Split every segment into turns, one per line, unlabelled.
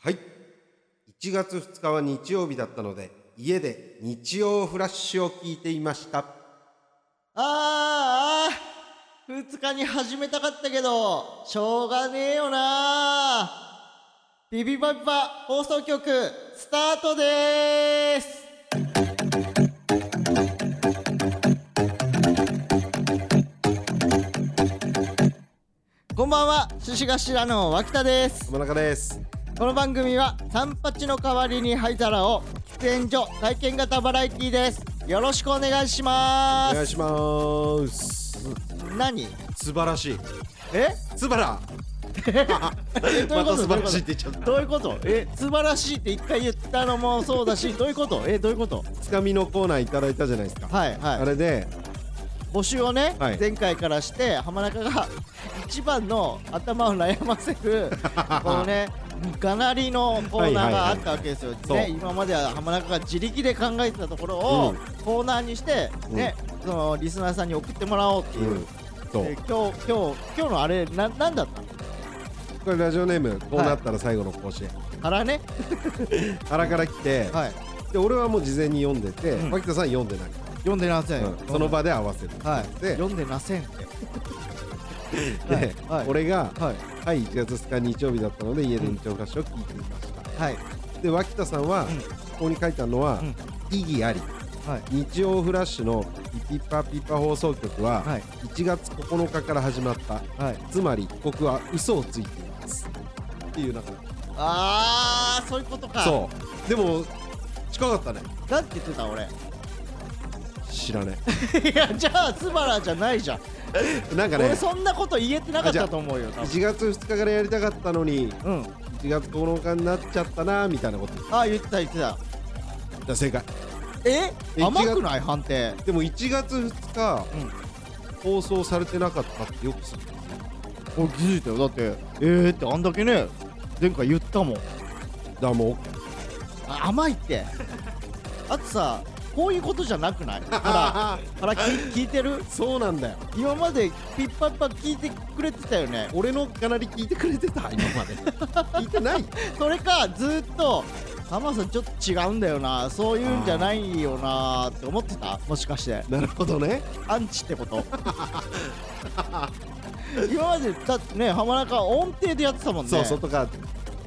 はい1月2日は日曜日だったので家で日曜フラッシュを聞いていました
あーあー2日に始めたかったけどしょうがねえよなビビバビバ放送局スタートでーすこんばんは獅子頭の脇田です
浜中です
この番組は三八の代わりに灰皿を喫煙所体験型バラエティーですよろしくお願いしま
お願い
す
します
何
素晴らしい
え
素晴ら
どうい う
ま
こ
た
と
素晴らしいって言っちゃった
どういうことえ素晴らしいって一回言ったのもそうだしどういうことえどういうこと
つかみのコーナーいただいたじゃないですか、
はい
あ
は
れで
い募集をね、
はい
前回からして浜中が 一番の頭を悩ませ るこのねがなりのコーナーがあったわけですよ、
そう
ね、今までは浜中が自力で考えてたところを、
うん
コーナーにして、ねそのリスナーさんに送ってもらおうって
う
いう、
んそう
で今日今日今日のあれななんだったの
これラジオネームこうなったら最後の甲子園、
からね
腹から来て、
はい
で俺はもう事前に読んでて、
うん
脇田さん読んでない、
読んでなせん、
うんその場で合わせる
はい、
で
読んでなせんって。
で、
はい、
俺が
はい、
「はい1月2日日曜日だったので家で日曜フラッシュを聞いていました」
はい、
で脇田さんは、
うん
ここに書いてあるのは、意義あり
はい、
日曜フラッシュのピピパピパ放送局は、
はい
1月9日から始まった
はい。
つまり僕は嘘をついていますっていう中で
ああ、そういうことか。
そうでも近かったね
う。なんて言ってた 俺。
知 らね
いや、じゃあ、スバラじゃないじゃん。
えなんか
俺
ね
そんなこと言えてなかったと思うよ。多分
1月2日からやりたかったのに
うん。
1月9日になっちゃったなみたいなこと
ああ、言ってた、言ってた。
だ正解
え、甘くない判定。
でも1月2日
うん。
放送されてなかったってよく知る
俺気づいたよ。だって、えーってあんだけね、前回言ったもん。
だからもう OK
あ甘いって。あとさ、こういうことじゃなくない。から、
あ
から聞聞いてる。
そうなんだよ
今までピッパッパ聞いてくれてたよね。
俺のかなり聞いてくれてた今まで聞いてない
それかずーっと浜田さんちょっと違うんだよなそういうんじゃないよなって思ってたもしかして
なるほどね
アンチってこと 今までだってね浜中音程でやってたもんね
そうそうとか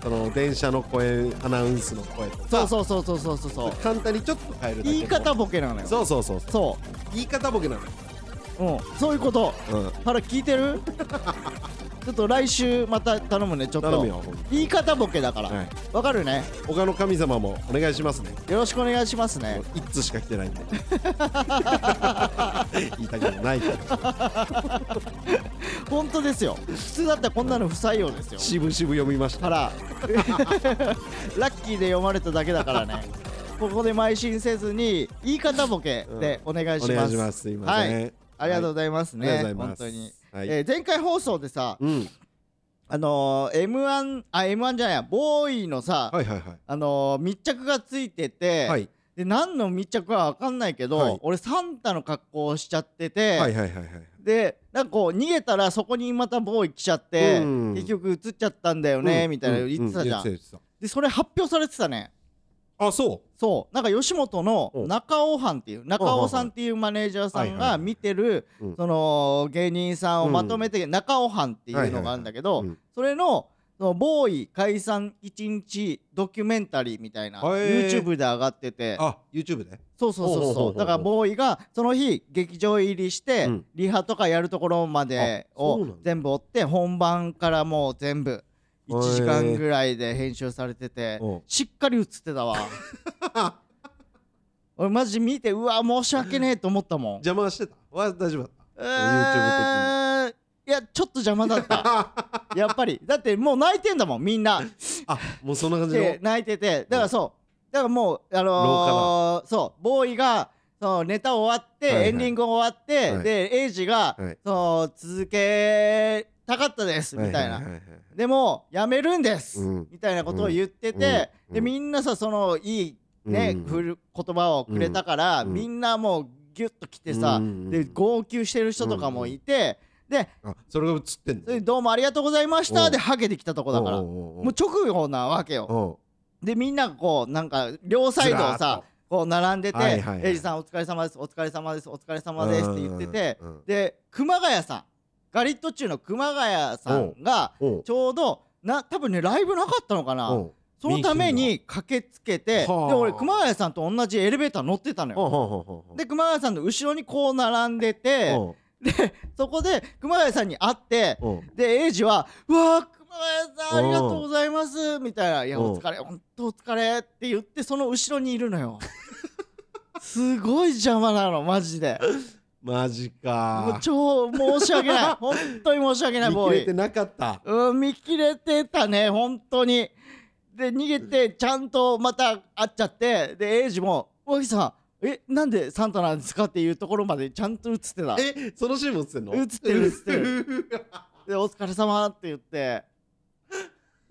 その電車の声アナウンスの声とか
そうそうそうそうそうそうそう
簡単にちょっと変えるだけ
言い方ボケなのよ
そうそうそうそう
そ
言い方ボケなの
う、うん、そういうこと
うん
から聞いてる ちょっと来週また頼むねちょっ
頼むよ
と
ほんと
言い方ボケだからわ、
はい
かるね
他の神様もお願いしますね
よろしくお願いしますね
一通しか来てない んで言いたくもないけど
本当ですよ普通だったらこんなの不採用ですよ
渋々読みました
からラッキーで読まれただけだからねここで邁進せずに言い方ボケでお願いします、
お願いしますすいません
はい、ありがとうございますね、
はいありがとうござい
本
ます
当に、
はい
えー前回放送でさ
うん
あのー、M1 あ M1 じゃないやボーイのさ、
はいはいは
あのー、密着がついて
い
て、
はい
で何の密着かわかんないけど、
はい
俺サンタの格好をしちゃってて、
はいはいはいはい
でなんかこう逃げたらそこにまたボーイ来ちゃって、
うん
結局映っちゃったんだよね、みたいなの言ってたじゃん、
うう言ってた言って
でそれ発表されてたね
たあそう
そうなんか吉本の
うん
中尾藩っていう中尾さんっていうマネージャーさんが見てる
うん
その芸人さんをまとめて中尾藩っていうのがあるんだけ
はい
ど
はいはいうん
それのそのボーイ解散1日ドキュメンタリーみたいな
へー
YouTube で上がってて
あ YouTube で
そうそう
ほう
そう
ほうほ
そう
ほ
う
う
だからボーイがその日劇場入りして
うん
リハとかやるところまで
あそうな
を
んだ
全部追って本番からもう全部1時
へー
間ぐらいで編集されてて
うん
しっかり映って たわ俺マジ見てうわ申し訳ねえと思ったもん
邪魔してたは大丈夫だっ
えーいやちょっと邪魔だった やっぱりだってもう泣いてんだもんみんな
たあもうそんな感じの
で泣いててだからそうだからもうあのー、そうボーイがそのネタ終わって、
はいはい
エンディング終わって、
はい
でエイジが、
はい
そう続けたかったですみたいな、
はははは
でもやめるんです、
うん
みたいなことを言ってて、
うんうん
でみんなさそのいいね、
うん
ふる言葉をくれたから、
うん
みんなもうギュッと来てさ、
うん
で号泣してる人とかもいて、で
あそれが映ってんの
それでどうもありがとうございまし
お
た
う
でハゲてきたとこだから
お
も
おうおうおう
う直後なわけよ
おう
でみんながこうなんか両サイドを
ずらーっ
さ
と
こう並んでて
はいはいはい
「エイジさんお疲れ様ですお疲れ様ですお疲れ様です」って言ってて
うんうんうん
で熊谷さんガリットチューの熊谷さんが
おう
ちょうどな多分ねライブなかったのかな
おう
そのために駆けつけてで
はあ
俺熊谷さんと同じエレベーター乗ってたのよ。
おうおうおうおう
で熊谷さんの後ろにこう並んでて
おう
でそこで熊谷さんに会って
おう
でエイジは「うわー熊谷さんあ
うん
りがとうございます」みたいな「いや
うん
お疲れほんとお疲れ」って言ってその後ろにいる のよすごい邪魔なのマジで
マジ
もう
か
超申し訳 ない本当に申し訳ないボ
見切れ
ー
て
イ
なかった
うん見切れてたね本当にで逃げてちゃんとまた会っちゃってでエイジも「おきさんえなんでサンタなんですか?」っていうところまでちゃんと映ってた
えそのシーンも映ってんの
映ってる映って
る
で「お疲れ様って言って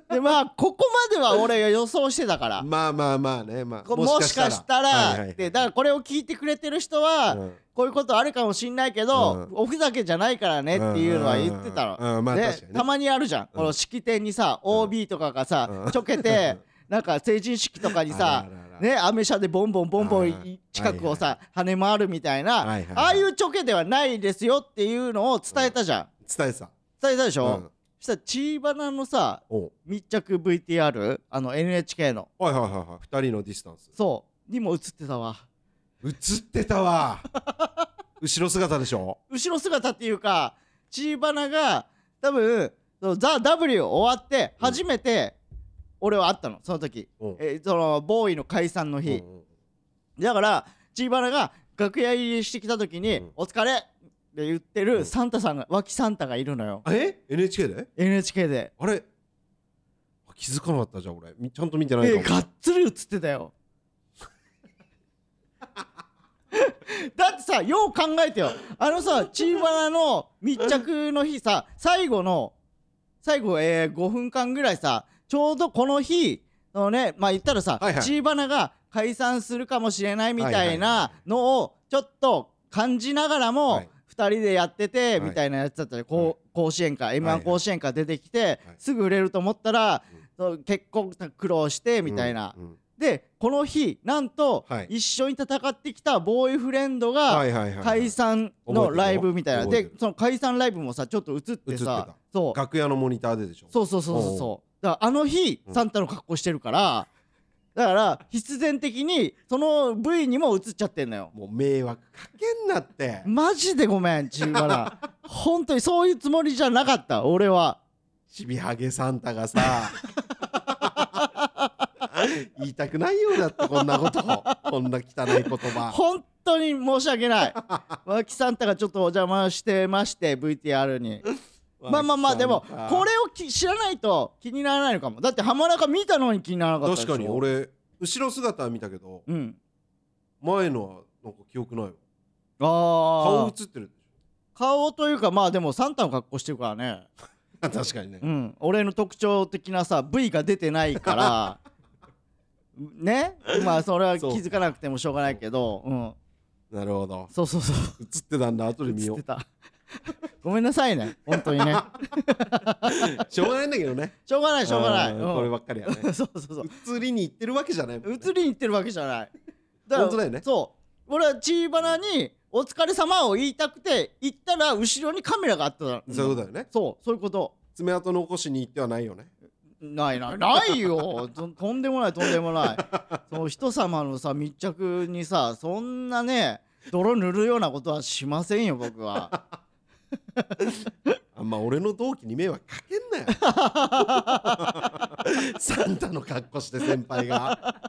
でまあここまでは俺が予想してたから
まあまあまあねまあ
こもしかした
はいはい
ら
はい
でだからこれを聞いてくれてる人は
うん
こういうことあるかもしんないけど
うん
おふざけじゃないからねっていうのは言ってた
うんうんうんう
の
んまあ確か
で
にね
たまにあるじゃんこの式典にさ OB とかがさちょけてなんか成人式とかにさ
あらあらあら
ねアメ車でボンボンボンボ
あ
ン
ー
い近くをさ跳ね回るみたい
は
ない
はいはい
ああいうちょけではないですよっていうのを伝えたじゃん
伝えてた
伝えたでし
う
ょ
ん
そしたらチーバナのさ
おう
密着 VTR あの NHK の
はいはいはいはい二人のディスタンス
そうにも映ってたわ
映ってた わ後ろ姿でしょ
後ろ姿っていうかチーバナが多分そのザ・ W 終わって
うん
初めて俺は会ったのその時、
うん
えーそのボーイの解散の日
う、んうん
だからチーバナが楽屋入りしてきた時に「
うん
お疲れ!」って言って
う
る
ん
サンタさんが脇サンタがいるのよ
あえ NHK で
NHK で、
あれあ気づかなかったじゃん俺みちゃんと見て
え
ないかも
ーがっつり映ってたよ だってさよう考えてよあのさチーバナの密着の日さ最後の最後、えー5分間ぐらいさちょうどこの日のねまあ言ったらさ、
はいはい
チーバナが解散するかもしれないみたい
はいはいは
なのをちょっと感じながらも、
はい
2人でやってて、
はい
みたいなやつだったり、こう甲子園か
はい
m
はい
1甲子園か出てきて、
い
すぐ売れると思ったら
うん、
そう結構苦労してみたいな、
うんうん
でこの日なんと、
はい
一緒に戦ってきたボーイフレンド
は
が
いはいはいはい
解散のライブみたいな、
覚えてるよ
でその解散ライブもさちょっと映って
映っ
さ
てた
そう
楽屋のモニターででしょ
そうそうそうそうそうだからあの日、
うん
サンタの格好してるからだから必然的にその V にも映っちゃってんのよ
もう迷惑かけんなって
マジでごめん自分 は本当にそういうつもりじゃなかった俺は
ちびはげサンタが さ言いたくないようだってこんなことこんな汚い言葉
本当に申し訳ない 脇サンタがちょっとお邪魔してまして VTR にまあまあまあでもこれをき知らないと気にならないのかもだって浜中見たのに気にならなかったでし
確
ょ
かに俺後ろ姿は見たけど
うん
前のはなんか記憶ないわ
ああ
顔映ってるでし
顔というかまあでもサンタの格好してるからね
ょ 確かにね
うん、俺の特徴的なさ V が出てないから ねまあそれは気づかなくてもしょうがないけどうん
なるほど
そうそうそう
映ってたんだ後で見
映
よ
って
う
たごめんなさいね本当にね
しょうがないんだけどね
しょうがない しょうがな
あ
い、う
ーこれ
ん、
ばっかりやね
そうそうそう
映りに行ってるわけじゃないもんね
映りに行ってるわけじゃない
本当だよね
そう俺はチーバナに「お疲れ様を言いたくて行ったら後ろにカメラがあったの
そういうことだよね
そうそういうこと
爪痕残しに行ってはないよね
ないないないよととんでもないとんでもないそう人様のさ密着にさそんなね泥塗るようなことはしませんよ僕は
あんま俺の同期に迷惑かけん なよサンタの格好して先輩が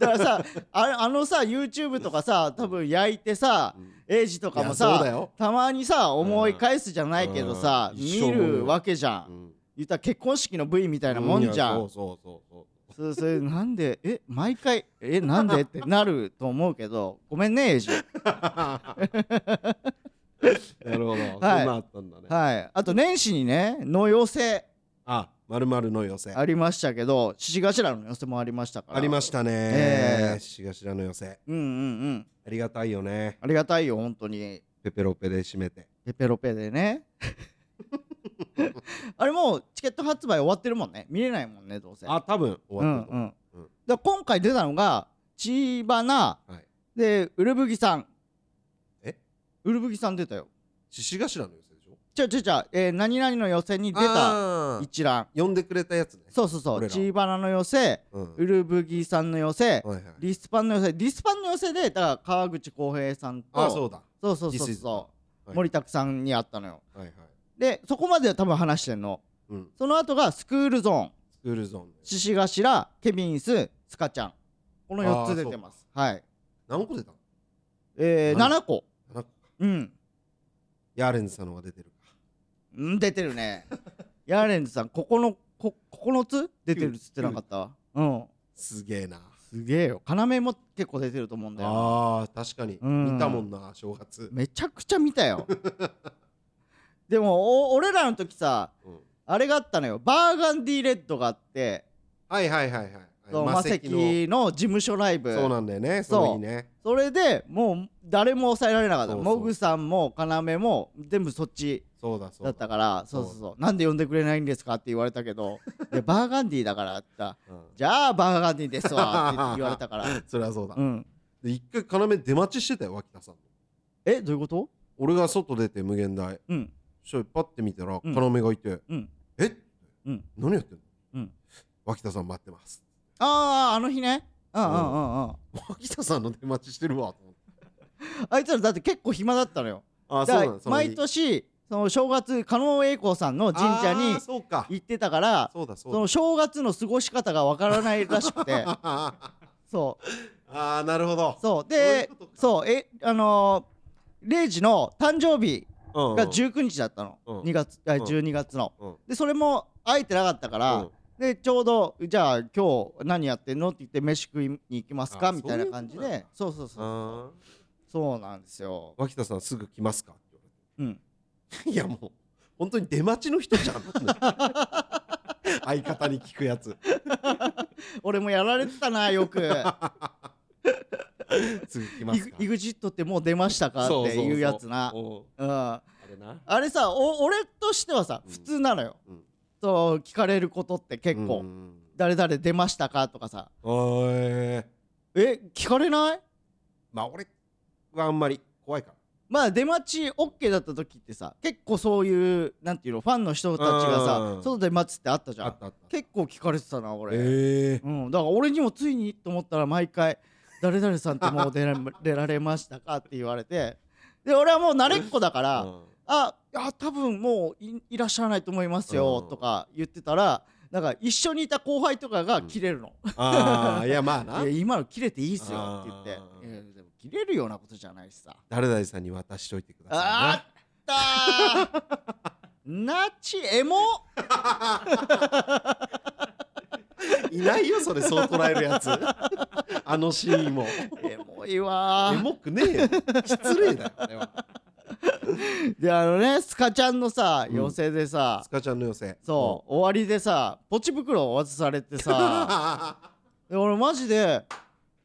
だからさあれあのさ YouTube とかさ多分焼いてさエイジとかも
いやそうだ
さ
よ
たまにさ思い返すじゃないけどさ
うん一生思
見
うよ
るわけじゃん、
み
言ったら結婚式の V みたいなもんじゃん、
そうそうそう そ
そうそれなんでえ毎回えなんでってなると思うけどごめんねエイ ジ
うなるほど、そん
はい
なあったんだね
はいあと年始にねの寄せ
あまるまるの寄せあ
ありましたけど獅子頭の寄せもありましたから
りま
し
したね
ええ
しがしらの寄せ
たうんうんうん
ありがたいよね
ありがたいよ本当に
ペペロペで締めて
ペペロペ でねあれもうチケット発売終わってるもんね見れないもんねどうせ
あ多分終わってると
うん
思
うん
うん
だから今回出たのが千葉な、
はい
でウルブギさん
え
ウルブギさん出たよ
う獅子頭の予選でしょ
ちょちょちょ、えー何々の予選に出た
あー
一覧
呼んでくれたやつね
そうそうそ
俺
う
ら
千葉なの寄せ
うん
ウルブギさんの寄
は
せ、
いはい
リスパンの寄せリスパンの寄せでだから川口浩平さんと
あそうだ
そうそうそう
This is-
そ
は
う
い
森拓さんに会ったのよ
はいはい
でそこまでは多分話してんの
うん
その後がスクールゾーン
スクールゾーン
獅子頭ケビンススカちゃんこの4つ出てますはい
何個出たの
えー、
なん
7個
七個
うん
ヤーレンズさんの方が出てるか
うん出てる ねヤーレンズさんここのこ9つ出てるっつってなかったうん
すげえな
すげえよ要も結構出てると思うんだよな
あー確かに
うん
見たもんな正月
めちゃくちゃ見たよ でもお俺らの時さ
うん
あれがあったのよバーガンディレッドがあって
はいはいはいはい
そう
マ
マ
セ
セ
キ
キ
の
の事務所ライブ
そうなんだよね
そう
その日ね
それでもう誰も抑えられなかっ
そ
た
うそう
モグさんも要も全部そっち
そうだそう
だったから
そ
そうう
だ
そうそうなんで呼んでくれないんですかって言われたけ どいやバーガンディだからって言った
うん
じゃあバーガンディです わって言われたから
それはそうだ
うん
で一回要出待ちしてたよ脇田さん
えどういうこと
俺が外出て無限大
うん
それパッて見たら
うん
要がいて
うん
「え
うん
何やってんの?
うん」
脇田さん待ってます
あああの日ねうんうんうんうん
脇田さんの出待ちしてるわと思って
あいつらだって結構暇だったのよ
あ
だから毎年その正月加納栄子さんの神社に
そうか
行ってたから
そうだそ
そう
だ
の正月の過ごし方がわからないらしく て
あ
そう
あなるほど
そ
そう
う
い
で
うことか
そうえあのー、0時の誕生日
うんうん
が19日だったの、
うん
2月あ
ん
12月の、
うん
でそれも会えてなかったから、
うん
でちょうどじゃあ今日何やってんのって言って飯食いに行きます
あ
かみたいな感じ
そういう
でそうそうそう
あー
そうなんですよ
脇田さんすぐ来ますかって言われて
うん
いやもう本当に出待ちの人じゃん 相方に聞くやつ
俺もやられてたなよく
すぐ来
「
ますか
EXIT ってもう出ましたか?」
そ
っ
うそう
て
そう
いうやつな
おう
うん
あれな
あれさお俺としてはさ
うん
普通なのよ、
うん
そう聞かれることって結構「
うん
誰々出ましたか?」とかさ
おい
「え聞かれない?
まあ俺はあんまり怖いから」
まあ出待ち OK だった時ってさ結構そういうなんていうのファンの人たちが
う
さ
ん
外で待つってあったじゃ
あっ
ん
たあった
結構聞かれてたな俺、
ええ
うん、だから俺にもついにと思ったら毎回「誰々さんってもう出ら出られましたか?」って言われてで俺はもう慣れっこだから「あいや多分もういいらっしゃらないと思いますよ
う」ん
とか言ってたらなんか一緒にいた後輩とかが
うん
キレるの「
ああいやまあ
い
な
や今のキレていいっすよ」って言って
あー
いや「でもキレるようなことじゃないしさ」
誰々さんに渡しといてくだ
あ
さ
ったーナチエモ
いな。いないよそれそう捉えるやつ。 あのシーンも。
エモいわ
エ
ー
モくねえよ。失礼だよあれは。
であのねスカちゃんのさ
うん
寄せでさ、
スカちゃんの寄せ。
そう、終わりでさポチ袋を渡され てさ
あ
で俺マジで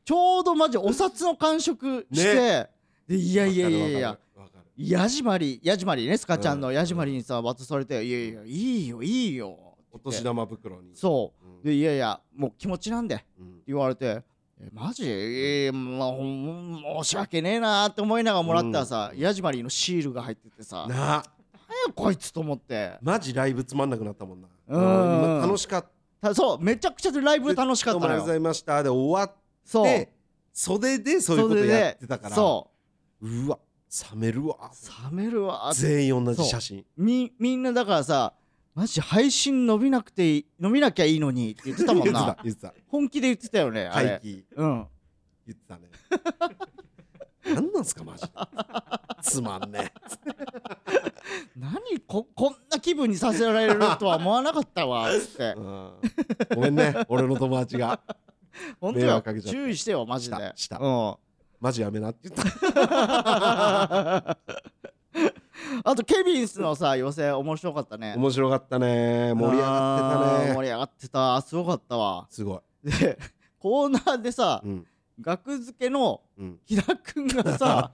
ちょうどマジお札の感触して、でいや
ー。
いやいやい
わ
や
かるわかる。
ヤジマリヤジマリねスカちゃん
う
の
ん
ヤジマリにさ渡されて「いやいやいいよいいよ」
お年玉袋に。
そ
うん
うで「いやいやもう気持ちなんで」って
うん
言われて「えマジえーまあほん申し訳ねえな」って思いながらもらったらさ、
うん
ヤジマリのシールが入っててさ「なん
なあ、
やこいつ」と思って
マジライブつまんなくなったもんな。
うん
今楽しかった。
たそうめちゃくちゃライブ楽しかった
あ
の
りがとうござ
よ
いました。で終わっ
そう
て、袖でそういうことやってたから。。
そう
うわ、冷めるわ。
う冷めるわ
全員同じ写真。
みみんなだからさマジ配信伸びなくていい伸びなきゃいいのにって言ってたもんな
言ってた。
本気で言ってたよねあ
回
れ
帰
うん
言ってたね。何なんすかマジで。つまんね
何ここんな気分にさせられるとは思わなかったわつっ
え。
て
うんごめんね、俺の友達が。
本 当
迷惑
よ
かけちゃった
注意してよマジで
したした
うん
マジやめなって言った。
あとケビンスのさ寄せ面白かったね
面白かったね。盛り上がって
あー
た
盛
ね。
り上がってたすごかったわ
すごい。
でコーナーでさ
うん。
学付けの
うん。
木田君がさ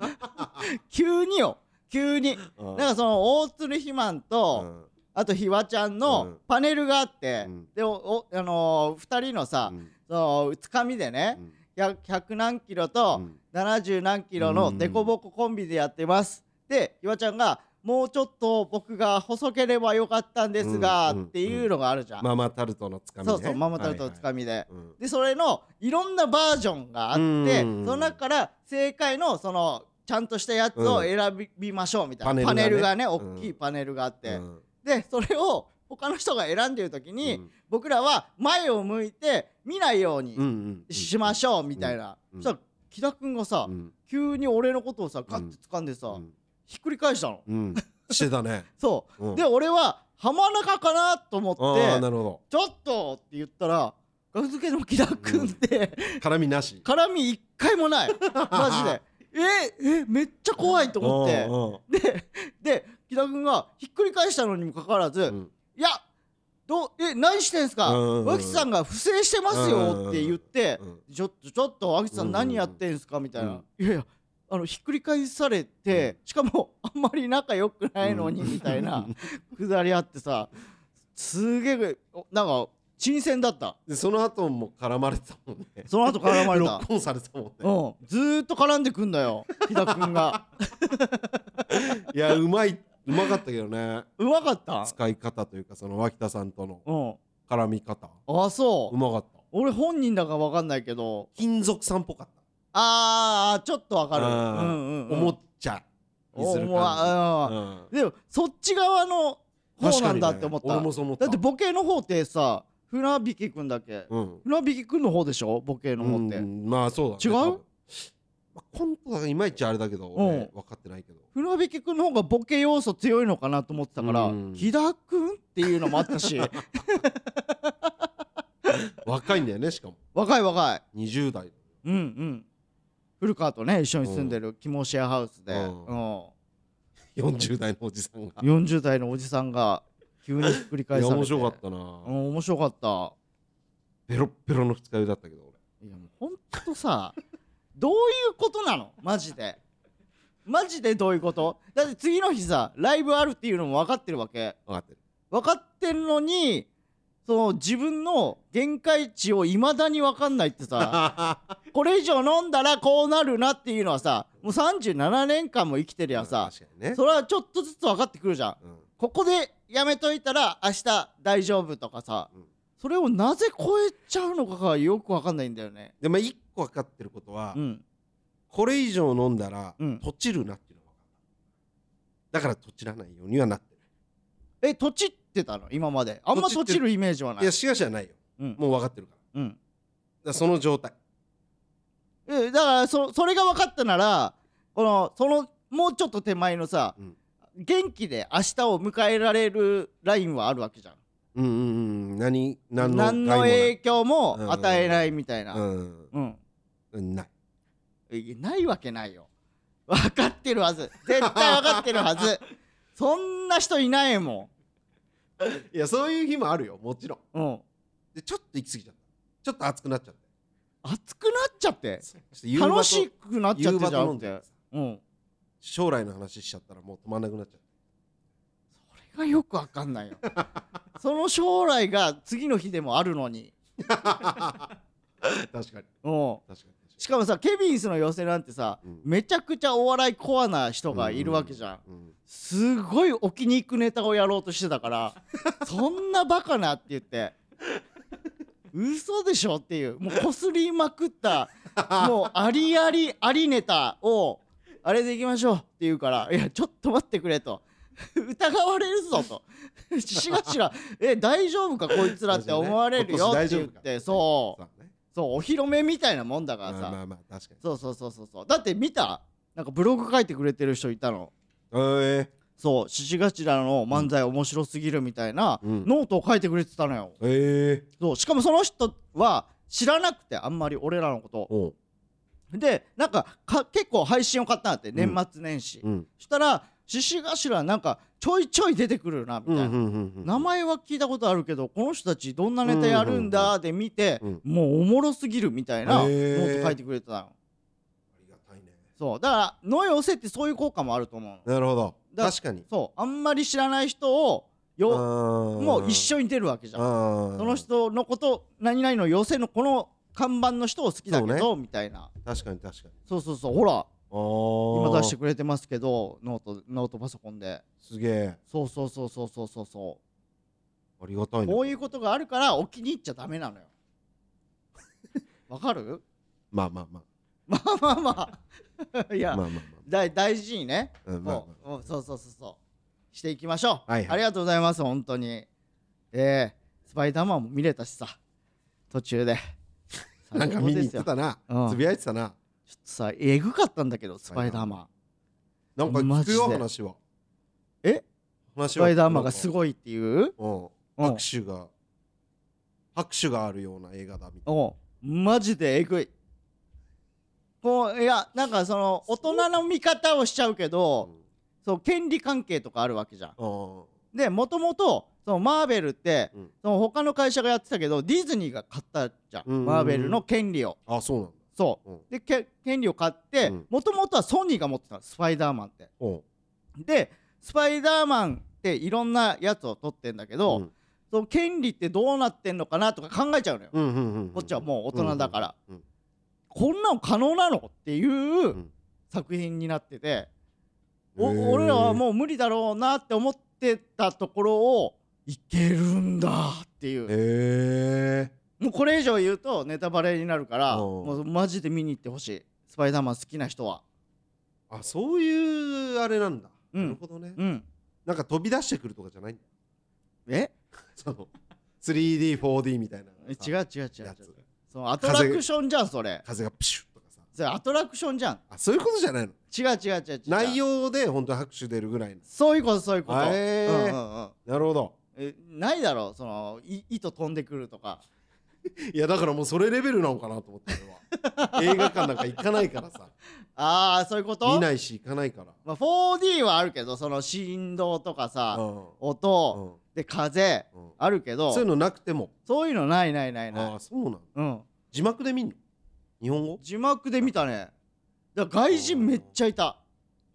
急によ急に
うん
なんかその大鶴ひまんと、
うん
あとひわちゃん
う
の
ん
パネルがあって、
うん
でおおあのー、2人のさ、
うん
そのつかみでね、100, 100何キロ
う
と
ん
70何キロ
う
の
ん
デコボココンビでやってます、でひわちゃんが「もうちょっと僕が細ければよかったんですが」
うん
っていうのがあるじゃん、
ママタルトのつかみね
そうそうママタルトのつかみで、
はいはいうん
でそれのいろんなバージョンがあって
うん
その中から正解のそのちゃんとしたやつを選びましょうみたいな、
パ
パ
ネ
ネ
ル
ル
が
が
ね
ね大きいパネルがあって、
うん
でそれを他の人が選んでる時に、
うん
僕らは前を向いて見ないよう
うんうん
にしましょうみたいな、
うん
そしたら木田君がさ、
うん
急に俺のことをさガッて掴んでさ、
うん
ひっくり返したの。
うんしてたね
そうう、
ん
で俺は浜中かなと思って
ああなるほ
ちょっとって言ったら学付けの木田君っ
ど
て、
絡みなし
絡み一回もないマジ でええめっちゃ怖いと思ってでで木田君がひっくり返したのにもかかわらず「
うん
いやどうえ何してんすか
うんうんうん
脇さんが不正してますよ」って言って
うんうん
「ちょっとちょっと脇さ
うんうんうん
ん何やってんすか」みたいうなん「いやいやあのひっくり返されてしかもあんまり仲良くないのに」みたいなくだりあってさすげえおなんか新鮮だった
でその後も絡まれてたもんね
その後絡まれ
ロ
た
ックオンされてたもんね
うん、ずーっと絡んでくんだよ、木田君が。
いやうまいうまかったけどね
うまかった
使い方というかその脇田さんとの
うん。
絡み方
あ、そうう。
まかった
俺本人だからわかんないけど、
金属さんっぽかった
あー、ちょっとわかる。う
あー
んうん、うん。
おもちゃにする
おもわ
感
うんでも、そっち側の方なんだって思った。
俺もそう思った
だってボケの方ってさ、船引くんだっけ、
うん
船引くんの方でしょボケの方って。
うんまあそうだね
違う
多分まあコントがいまいちあれだけど俺分かってないけど
船引くんの方がボケ要素強いのかなと思ってたから
うん、
木田君っていうのもあった し、
若いんだよねしかも
若い若い。
20代
うんうん古川とね一緒に住んでるキモシェアハウスで、
う
うんん
40代のおじさんが
40代のおじさんが急にひっくり返
い
さ
や
れて
面白かった
う
なん
面白かった
ペロッペロの二日酔いだったけど俺
いやもうほんとさ どういうことなのマジでマジでどういうことだって次の日さライブあるっていうのも分かってるわけ
分かってる
分かってるのにその自分の限界値をいまだに分かんないってさ これ以上飲んだらこうなるなっていうのはさもう37年間も生きてりゃさ
確かにね
それはちょっとずつ分かってくるじゃん
うん
ここでやめといたら明日大丈夫とかさ、
うん
それをなぜ超えちゃうのかがよく分かんないんだよね
でまあ一個分かってることは
うん
これ以上飲んだら
うん
とちるなっていうのが分かっただからとちらないようにはなってる
えとちってたの今まであんま
とちってる
とちるイメージはない
いやしがしはないよ
うん
もう分かってるからだ
うん
からその状態
えだからそそれが分かったならこのそのもうちょっと手前のさ、
うん
元気で明日を迎えられるラインはあるわけじゃん
うんうんうん何何の
何の影響も与えないみたいな
響うん
うん
うんない
いないわけないよ分かってるはず絶対分かってるはずそんな人いないも
いやそういう日もあるよもちろん
んうん
でちょっと行き過ぎちゃったちょっと熱くなっちゃって
熱くなっちゃって楽
楽
しくなっちゃってじゃんってうん
将来の話しちゃったらもう止まんなくなっちゃう
それがよく分かん ないよその将来が次の日でもあるのに
確かに確かに
うん
確かに
しかもさケビンスの寄せなんてさ、
うん
めちゃくちゃお笑いコアな人がいるわけじゃん、
うん
すごいお気に行くネタをやろうとしてたから そんなバカなって言って嘘でしょっていうもうこすりまくったもうありありありネタをあれでいきましょうって言うからいやちょっと待ってくれと疑われるぞとしがしらえ大丈夫かこいつらって思われるよって言ってそう
うね
そうお披露目みたいなもんだか
まあ
らさ、
まあまあ確かに
そうそうそうそうそうだって見たなんかブログ書いてくれてる人いたの
え
そう獅子頭の漫才面白すぎるみたいな
うん
ノートを書いてくれてたのよ、
ー、えー、
そうしかもその人は知らなくてあんまり俺らのこと
おう
でなんかか結構配信を買ったんだって
ん
年末年始、
うん
そしたら獅子頭なんかちょいちょい出てくるなみた
う
い
んう
な、
んうんうん
名前は聞いたことあるけどこの人たちどんなネタやるんだで見て、
うん
もうおもろすぎるみたいな
へ
ノ
ー
ート書いてくれてたの、
ありがたいね
そうだから野寄せってそういう効果もあると思うの
なるほど
だ
確かに
そうあんまり知らない人をよも
も
う一緒に出るわけじゃん
そ
その人のこと何々の寄せのこの看板の人を好きだけ
そ
ど、みたいな
確かに確かに
そうそうそうほら
今
今出してくれてますけどノートノートパソコンです
げえ
そうそうそうそうそうそうそ
ありがたいうね
こういうことがあるからお気に入っちゃダメなのよ わかる
まあまあま
まあまあまあ
あ
いや、
まあまあま
だい大事にね、
あうんまあま
そううんそうそうそうそうしていきましょう、
はいはい
ありがとうございます本当にえー、スパイダーマンも見れたしさ途中で
あ なんか見に行って
最高ですよ
たな
うん
つぶやいてたな
ちょっとさえぐかったんだけどスパイダーマン
なんか聞くよ
マジで
話は
え
話
スパイダーマンがす
い
ごいっていううん
拍手が拍手があるような映画だみたい
おマジでえぐいこういやなんかその大人の見方をしちゃうけ
な
ど
うん
そう権利関係とかあるわけじゃん
あ
でもともとそのマーベルって、
うん
その他の会社がやってたけどディズニーが買ったじゃん、
うんうんうん
マーベルの権利を
ーあそうなんだ
そう
うん
でけ権利を買って
うん
もともとはソニーが持ってたのスパイダーマンって
うん
でスパイダーマンっていろんなやつを取ってんだけど、
うん
その権利ってどうなってんのかなとか考えちゃうのよ、
うんうんうん
こっちはもう大人だから、
うんうん
こんなの可能なのっていううん作品になってて、
へー
お俺らはもう無理だろうなって思ってたところをいけるんだっていう、
へえ
もうこれ以上言うとネタバレになるから
おう
もうマジで見に行ってほしいスパイダーマン好きな人は
あそういうあれなんだ
うん
なるほどね
うん
なんか飛び出してくるとかじゃないんだ
え
その 3D4D みたいな
違う違
う
う違う違
や
う
つ
そのアトラクションじゃんそれ
風がプシュッとかさ
それアトラクションじゃん
あそういうことじゃないの
違う違う違う違う
内容で本当に拍手出るぐらいの
そういうことそういうこと、
へー
うんうんうん
なるほど
えないだろうそのい糸飛んでくるとか
いやだからもうそれレベルなのかなと思って 俺は映画館なんか行かないからさ
ああそういうこと
見ないし行かないから
まあ、4D はあるけどその振動とか
う
さ、
んう
音、
ん
で風
うん
あるけど
そういうのなくても
そういうのないないないない
ああそうなの
うん、
字幕で見んの日本語
字幕で見たねだから外人めっちゃいた、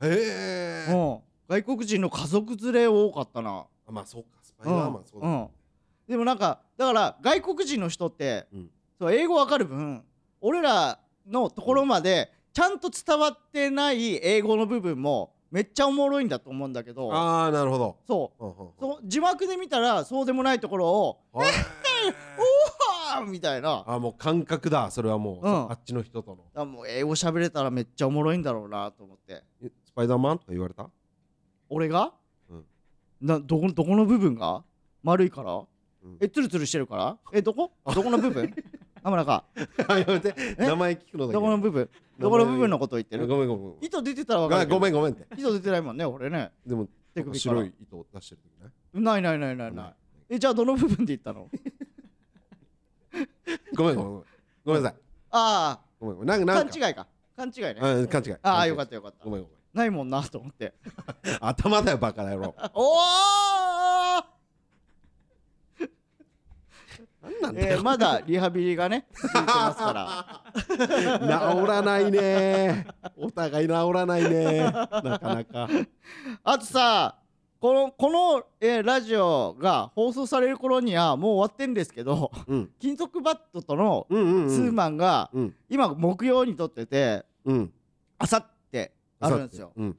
へ
う
え
ん、外国人の家族連れ多かったな
まあそうかスパイダーマンそうだ
うん、でもなんかだから外国人の人って、
うん
そう英語わかる分俺らのところまでちゃんと伝わってない英語の部分もめっちゃおもろいんだと思うんだけど
ああなるほど
そう
うんうんうん
そう字幕で見たらそうでもないところを
はい
「はーみたいな
あもう感覚だそれはもう、
うん
あっちの人との
あもう英語喋れたらめっちゃおもろいんだろうなと思って
えスパイダーマンとか言われ た
俺が、
うん
などこどこの部分が丸いから、
うん
えツルツルしてるからえどこどこの 部分浜中
あやめて
え
名前聞くのだけ
どこの部分どこの部分のことを言って
ごめん
る
ごめんごめん
糸出てたら
ご
わ
め
か
ん
る
ごめ
ん
んごめんって
糸出てないもんね 俺ね
でも
手首から
白い糸を出してる時ない
ないないないないないえじゃあどの部分で言っ たの
ごめんごめんごめんごめんなさい
あ
ごめんごめんなんかな
あ
ん
勘
か
違いか勘違いね
うん勘違い
あ
勘
あ
違い
よかったよかった
ごめんごめん
ないもんなと 思って
頭だよバカ野 郎
おお
なんなんだ
えー
よ
まだリハビリがね続いてま すから
治らないねお互い治らないねなかなか
あとさこのこの、えーラジオが放送される頃にはもう終わってんですけど
うん
金属バットとの
うんうんうん
ツーマンが
うん
今木曜に撮ってて
うん
あさってあるんですよ
うん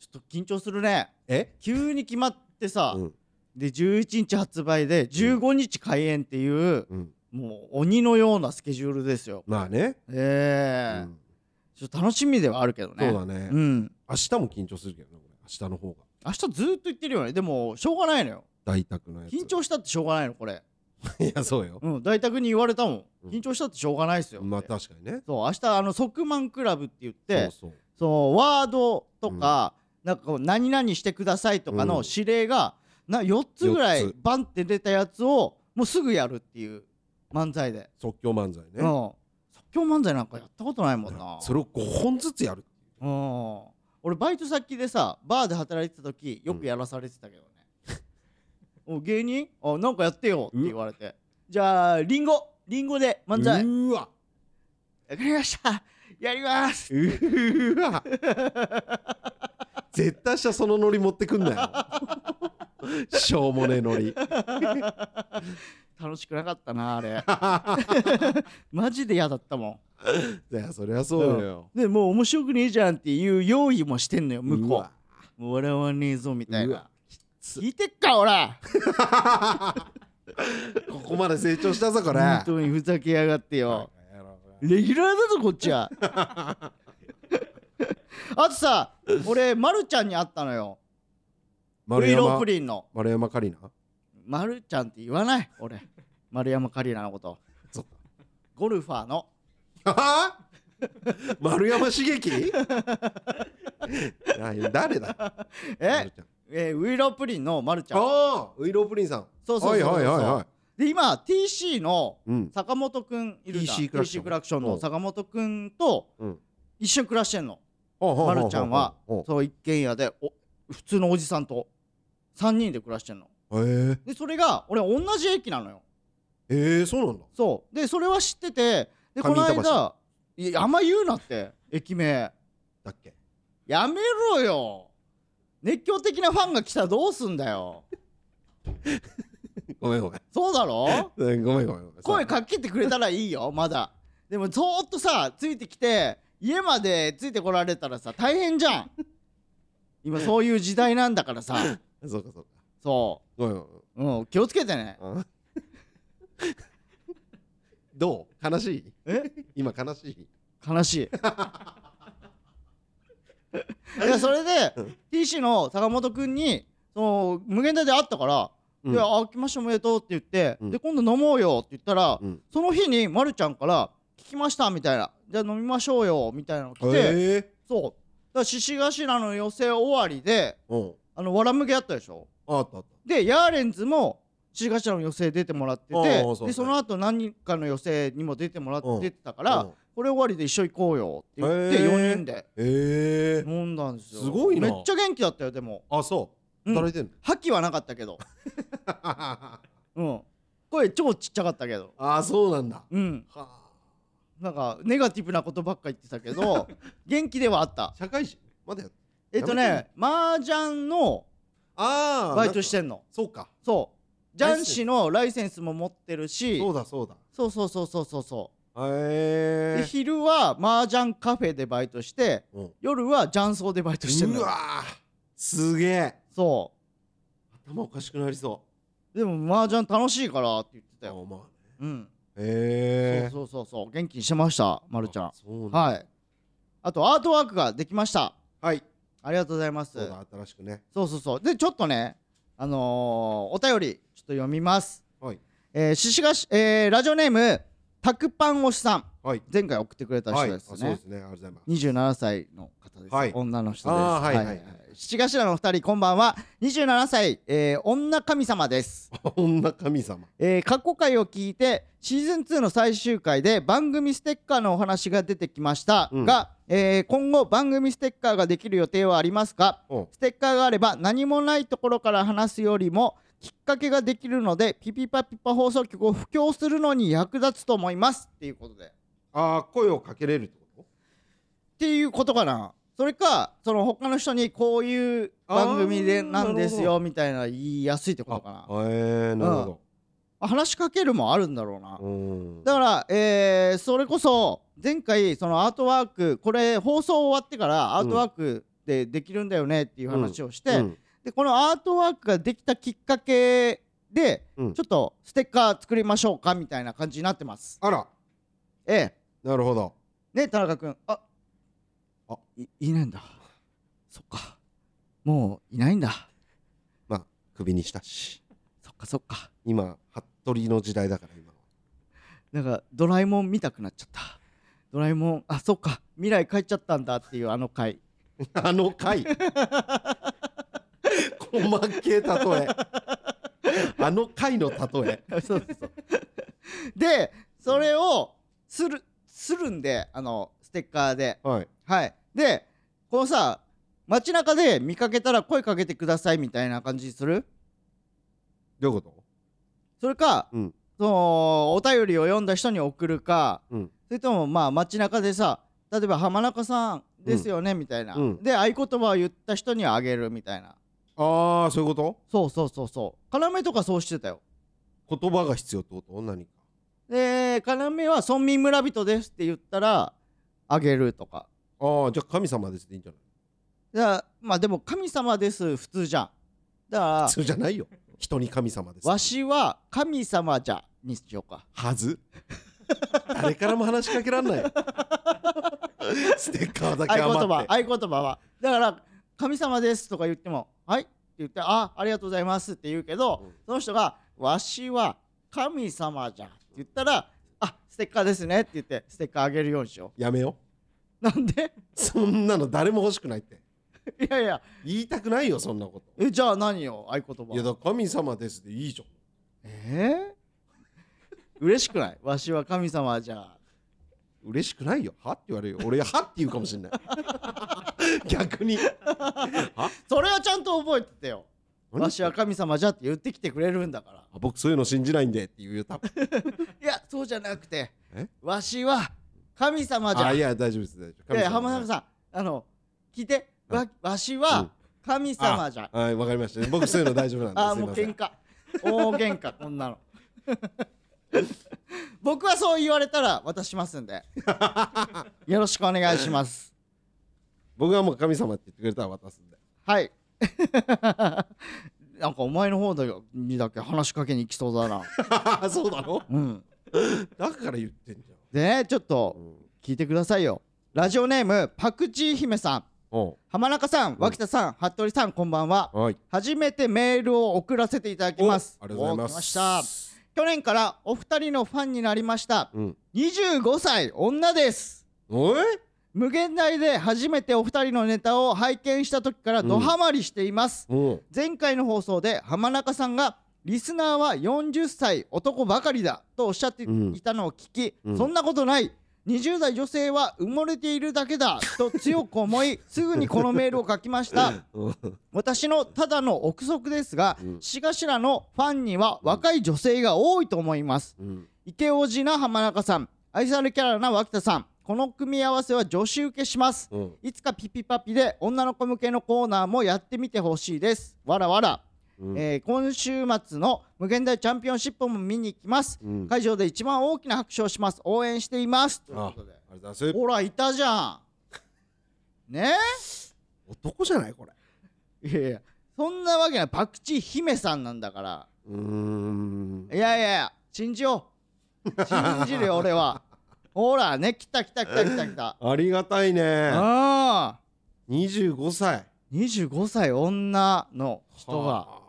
ちょっと緊張するね
え
急に決まってさ、
うん
で11日発売で15日開演っていう、
うん
もう鬼のようなスケジュールですよ
まあねう
ええ
ん
ちょっと楽しみではあるけどね
そうだね
うん
明日も緊張するけどね俺明日の方が
明日ずーっと言ってるよねでもしょうがないのよ
大宅のやつ
緊張したってしょうがないのこれ、
いやそうよ
うん、大宅に言われたもん、
うん
緊張したってしょうがないですよって、
まあ確かにね
そう明日あの「即満クラブ」って言って
そうそう
そうワードとか、なんかこう何々してくださいとか
うん
の指令が、な4つぐら
四
い
つ
バンって出たやつをもうすぐやるっていう漫才で、
即興漫才ね
うん、即興漫才なんかやったことないもんな、
それを5本ずつやる
うん、俺バイト先でさバーで働いてた時よくやらされてた けどね、お芸人あなんかやってよって言われてじゃあリンゴリンゴで漫才
うーわ
わかりました。やります
うーわ絶対したそのノリ持ってくんなよしょうもねえノリ
楽しくなかったなあ れマジで嫌だったも
いやそりゃそうよ、
んでもう面白くねえじゃんっていう用意もしてんのよ
う
向こ
わ
うもう笑わねえぞみたいうな
わ
聞いてっかおら
ここまで成長したぞこれ
本当にふざけやがってよレギュラーだぞこっち はあとさ俺まるちゃんに会ったのよ
丸
イロ
山
プリンの
丸山カリナ
まるちゃんって言わない俺丸山カリラのこと
そっ
ゴルファーの
はぁ 丸山茂 樹あ誰だ
え
丸ちゃん
えーウイロプリンのまるちゃん
ああウイロープリンさん
そうそうそうそう
はいはいはいは
で今 TC の
いうん
坂本くんいるじゃん
TC クラクション
TC クラクション
う
の
ん
坂本くんと
うん
一緒に暮らしてんの
ま
まるちゃんはそう一軒家でお普通のおじさんと3人で暮らしてんの
へえ
でそれが俺同じ駅なのよ
えー、そうなんだ
そうでそれは知っててでこの
上板
間いやあんま言うなって駅名
だっけ
やめろよ熱狂的なファンが来たらどうすんだよ
ごめんごめん
そうだろ
ごめんごめんごめん
声かけてくれたらいい よまだでもずーっとさついてきて家までついてこられたらさ大変じゃん今そういう時代なんだからさ
そうかそうか
そ
ごめんご
ううん気をつけてね
めんうん どう悲しい
え
今悲しい
悲しいいやそれで
うん
TC の坂本君にその無限大で会ったから「
うん
いやあ来ましたおめでとう」って言って、
うん
で今度飲もうよって言ったら、
うん
その日にまるちゃんから「聞きました」みたいな「じゃあ飲みましょうよ」みたいなの来て、
へえ
そうだから獅子頭の予選終わりで
うん
あのわらむけあったでしょ
あったあっ
でヤーレンズも獅子頭の予選出てもらって
あ
て
ーそうそう
でその後何人かの予選にも出てもらって
うん
出てた
た
から、
うん
これ終わりで一緒行こうよって言って
へー
4人で
へえ
飲んだんですよ
すごいな
めっちゃ元気だったよでも
あそう
うん
働いてんの
覇気はなかったけど
あ
うん声超ちっちゃかったけど
あそうなんだ
うん
は
なんかネガティブなことばっか言ってた けど元気ではあった
あ社会人まだや
えっと
やめ
ね麻雀の
ああ
バイトして
んか
んの
そうか
そう
ライセン
雀
ス
士のライセンスも持ってるし
そうだそうだ
そうそうそうそうそうそうで
へえ
昼は麻雀カフェでバイトして
うん
夜は雀荘でバイトしてんの
う
よ
わーすげえ
そ
頭おかしくなりそう
でも麻雀楽しいからって言って
う
たよ
あまあ
うん
へえ
そうそうそうそう元気にしてましたまるちゃん
そうなんだ
はいあとアートワークができました
はい
ありがとうございます
そうだ新しくね
そうそうそうでちょっとねあのーお便りちょっと読みます
はい
えー、ししがし、えーラジオネームたくぱんおしさん
はい
前回送ってくれた
は
人
い
で
あ
す
そう
ね、
ですねありがとうございます
27歳の方です、
はい
女の人です
あーはいはい
七頭の二人こんばんは27歳、えー女神様です
女神様
えー過去回を聞いてシーズン2の最終回で番組ステッカーのお話が出てきました
うん
が、えー今後番組ステッカーができる予定はありますか
うん
ステッカーがあれば何もないところから話すよりもきっかけができるのでピピパピパ放送局を布教するのに役立つと思いますっていうことでっ
ああ声をかけれるってこと
ていうことかなそれかその他の人にこういう番組で
あー
なんです
なる
よみたいな言いやすいってことかな
あへえなるほ
あ話しかけるもあるんだろうな
どうん
だから、えーそれこそ前回そのアートワークこれ放送終わってからアートワークでできるんだよねっていう話をして、
うん
でこのアートワークができたきっかけで、
うん
ちょっとステッカー作りましょうかみたいな感じになってます。
あら
ええ
なるほど
ね田中君あ
あ
いいないんだそっかもういないんだ
まあ首にしたし
そっかそっか
今服部の時代だから今
なんかドラえもん見たくなっちゃったドラえもんあそっか未来帰っちゃったんだっていうあの回
あの回 細けえ例えあの回の例え
そうそうそうでそれをするするんであのステッカーで
はい
はいでこのさ街中で見かけたら声かけてくださいみたいな感じにする
どういうこ
それか、
うん
そのお便りを読んだ人に送るか、
うん
それともまあ街中でさ例えば浜中さんですよねみたいな、
うん
で合言葉を言った人にはあげるみたいな
ああそういうこ
そうそうそうそう要とかそうしてたよ
と言葉が必要ってこと何か
で要は村民村人ですって言ったらあげるとか
ああじゃあ神様ですっていいんじゃない
だからまあでも神様です普通じゃんだか
普通じゃないよ人に神様です
らわしは神様じゃにしようか
はず誰からも話しかけらんないステッカーだけ
合言
余
葉
って
合言葉はだから「神様です」とか言っても「はい」って言って「あありがとうございます」って言うけど、
うん
その人が「わしは神様じゃ」って言ったら「あステッカーですね」って言ってステッカーあげるようにしよ
やめよ
う なんで
そんなの誰も欲しくないって
いやいや
言いたくないよそんなこ
えじゃあ何よ合言
といや
葉
だから神様ですでいいじゃん
え ー、嬉しくないわしは神様じゃ
嬉しくないよはって言われるよ俺はって言うかもし れない逆に
それはちゃんと覚えててよ
何
わしは神様じゃって言ってきてくれるんだから
あ僕そういうの信じないんでって言うよ多分
いやそうじゃなくて
え
わしは神様じゃ
あいや大丈夫です大丈夫
いやいや浜中さんあの聞いてわわしは神様じゃ
んはいわかりました僕そういうの大丈夫なんで
ああ
すい
もう
ませ
喧
ん
嘩大喧嘩 こんなの僕はそう言われたら渡します んでよろしくお願いします
僕はもう神様って言ってくれたら渡す んで
はいなんかお前の方だよにだけ話しかけに行きそうだな
そうだろ
うん
だから言ってんじ
でねちょっ
ゃん
と聞いてくださいよラジオネームパクチー姫さん
お
浜中さん脇田さん服部さんこんばんは
うはい
初めてメールを送らせていただきます
おありがとうござい
お来ま
ます
した去年からお二人のファンになりました
うん
25歳女です
おい
無限大で初めてお二人のネタを拝見した時からドハマりしています、
うん
前回の放送で浜中さんがリスナーは40歳男ばかりだとおっしゃって
うん
いたのを聞き、
うん
そんなことない20代女性は埋もれているだけだと強く思いすぐにこのメールを書きました
うん
私のただの憶測ですが、
うん
しがしらのファンには若い女性が多いと思います
うん
イケオジな浜中さん愛されキャラな脇田さんこの組み合わせは女子受けします
うん
いつかピピパピで女の子向けのコーナーもやってみてほしいですわらわら、
うん
えー今週末の無限大チャンピオンシップも見に行きます、
うん
会場で一番大きな拍手をします応援していますという
あ
ことで
あれだそれ
ほらいたじゃんねえ
男じゃないこれ
いやいやそんなわけないパクチー姫さんなんだから
うーん
いやいやいや信じよう信じるよ 俺はほらね来た来た来た来た来た
ありがたいね
ああ
25歳
25歳女の人が
はあ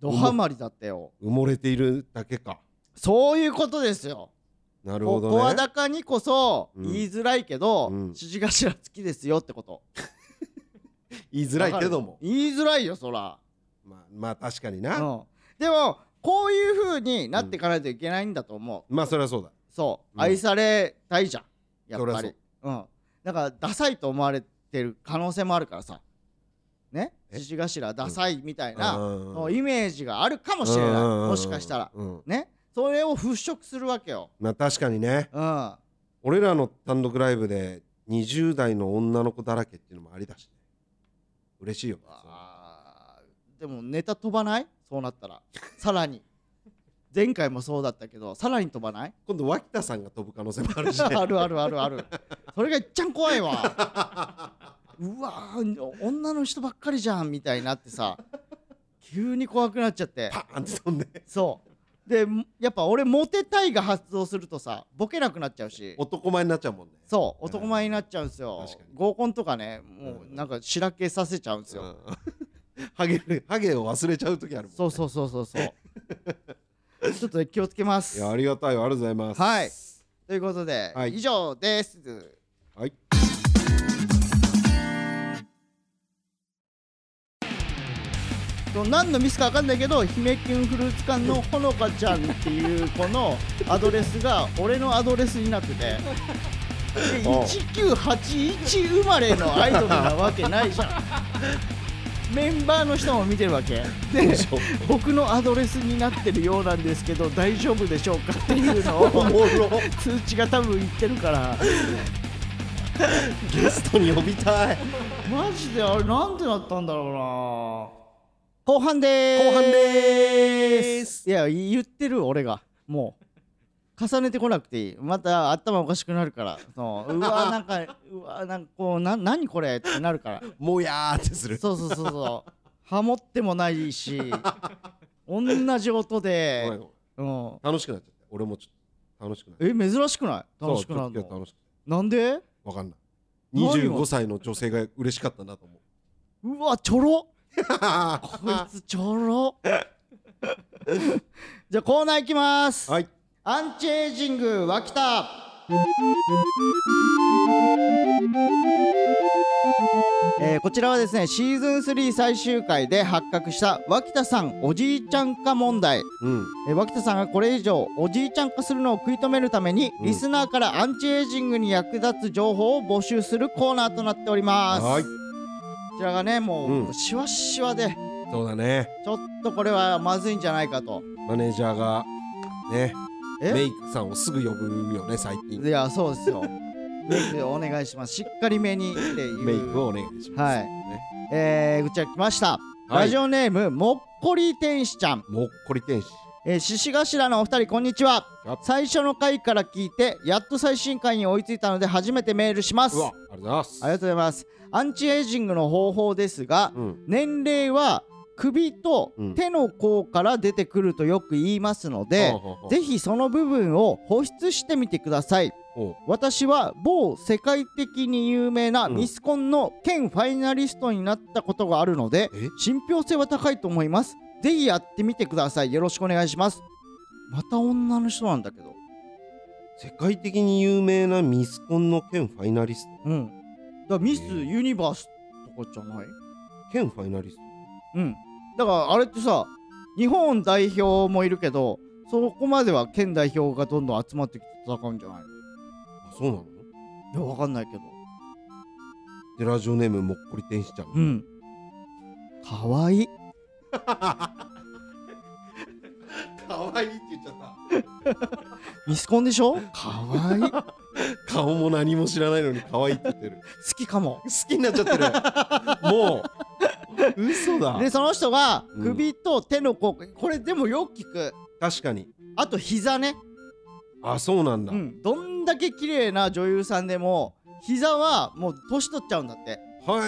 ドハマりだったよ
埋もれているだけか
そういうことですよ
なるほ
こ
どね
声高にこそ
うん
言いづらいけど
うん
指示頭好きですよってこと
言いづらいけども
言いづらいよそら
まあまあ確かに
う
なん
でもこういう風になっていかないといけないんだと思う
まあそれはそうだ
そう、
うん
愛されたいじゃんやっぱ
そりゃ
りうんだからダサいと思われてる可能性もあるからさね
え
獅子頭ダサいみたい
うん
な、
うんうん
そうイメージがあるかもしれない
うんうんうん
もしかしたら
うん
ねそれを払拭するわけよ
まあ確かにね
うんあ
俺らの単独ライブで20代の女の子だらけっていうのもありだしね嬉しいよ
ーでもネタ飛ばないそうなったらさらに前回もそうだったけどさらに飛ばない
今度脇田さんが飛ぶ可能性もあるしね
あるあるあるあるそれがいっちゃん怖いわ うわー女の人ばっかりじゃんみたいになってさ急に怖くなっちゃって
パーンって飛んで
そうでもやっぱ俺モテたいが発動するとさボケなくなっちゃうし
男前になっちゃうもんね
そう男前になっちゃうんですよ
確かに
合コンとかねもうなんかしらけさせちゃうんですよ、
うんハゲるハゲを忘れちゃう時あるもんね
そうそうそうそうそう ちょっと気をつけます
いやありがたいよありがとうございます
はいということで、
はい
以上です
はい
と何のミスか分かんないけど姫キュンフルーツ館のほのかちゃんっていう子のアドレスが俺のアドレスになっててで
おう
1981生まれのアイドルなわけないじゃんメンバーの人も見てるわけで僕のアドレスになってるようなんですけど 大丈夫でしょうかっていうの
お
を
もろ
通知が多分いってるから
ゲストに呼びたい
マジであれなんでなったんだろうな後半でーす
後半でーす
いや言ってる俺がもう重ねてこなくていいまた頭おかしくなるからそうう わなんかうわなんかこうな何これってなるから
もやーってする
そうそうそうそうハモってもないし同じ音
ごめん
で、
ご
うん、
めん楽しくなっちゃった俺もちょっと楽しくなっちゃっ
え珍しくない
た
楽しくな
そ
る
うちょっと
の
楽しく
なんで
わかんない
何が
25歳の女性が嬉しかったなと思 う
うわちょろこいつちょろ じゃあコーナーいきます、
はい
アンチエイジング脇田えーこちらはですねシーズン3最終回で発覚した脇田さんおじいちゃん化問題
うん
えー脇田さんがこれ以上おじいちゃん化するのを食い止めるために、
うん
リスナーからアンチエイジングに役立つ情報を募集するコーナーとなっております
はい
こちらがねもう、
うん
シワシワで
そうだね
ちょっとこれはまずいんじゃないかと
マネージャーがね
え
メイクさんをすぐ呼ぶよね最近
いやそうですよメイクお願いしますしっかりめにっていう
メイクをお願いします
はいえー、こちら来ました、
はい
ラジオネームもっこり天使ちゃん
もっこり天使
えー、獅子頭のお二人こんにちは
あ
最初の回から聞いてやっと最新回に追いついたので初めてメールします
うわあ
あ
りがとうございます
りがとうございますアンチエイジングの方法ですが、
うん
年齢は首と
うん
手の甲から出てくるとよく言いますので、
ほうほうほう
ぜひその部分を保湿してみてください
ほ
私は某世界的に有名な
うん
ミスコンの県ファイナリストになったことがあるので、
え
信憑性は高いと思いますぜひやってみてくださいよろしくお願いしますまた女の人なんだけど
う世界的に有名なミスコンの県ファイナリスト
うんだからミス
へえ
ユニバースとかじゃない
県ファイナリスト
うんだからあれってさ日本代表もいるけどそこまでは県代表がどんどん集まってきて戦うんじゃない
あそうなの
のいやわかんないけど
でラジオネームもっこり天使ちゃん
うんかわいい
かわいいって言っちゃっ
ミスコンでしょかわいい好
た顔も何も知らないのに可愛いって言って る
きかも
好きになっちゃってる もう嘘だ
でその人が
うん
首と手の甲、これでもよく聞く
確かに
あと膝ね、
あそうなんだ、
うん、どんだけ綺麗な女優さんでも膝はもう年取っちゃうんだって
はい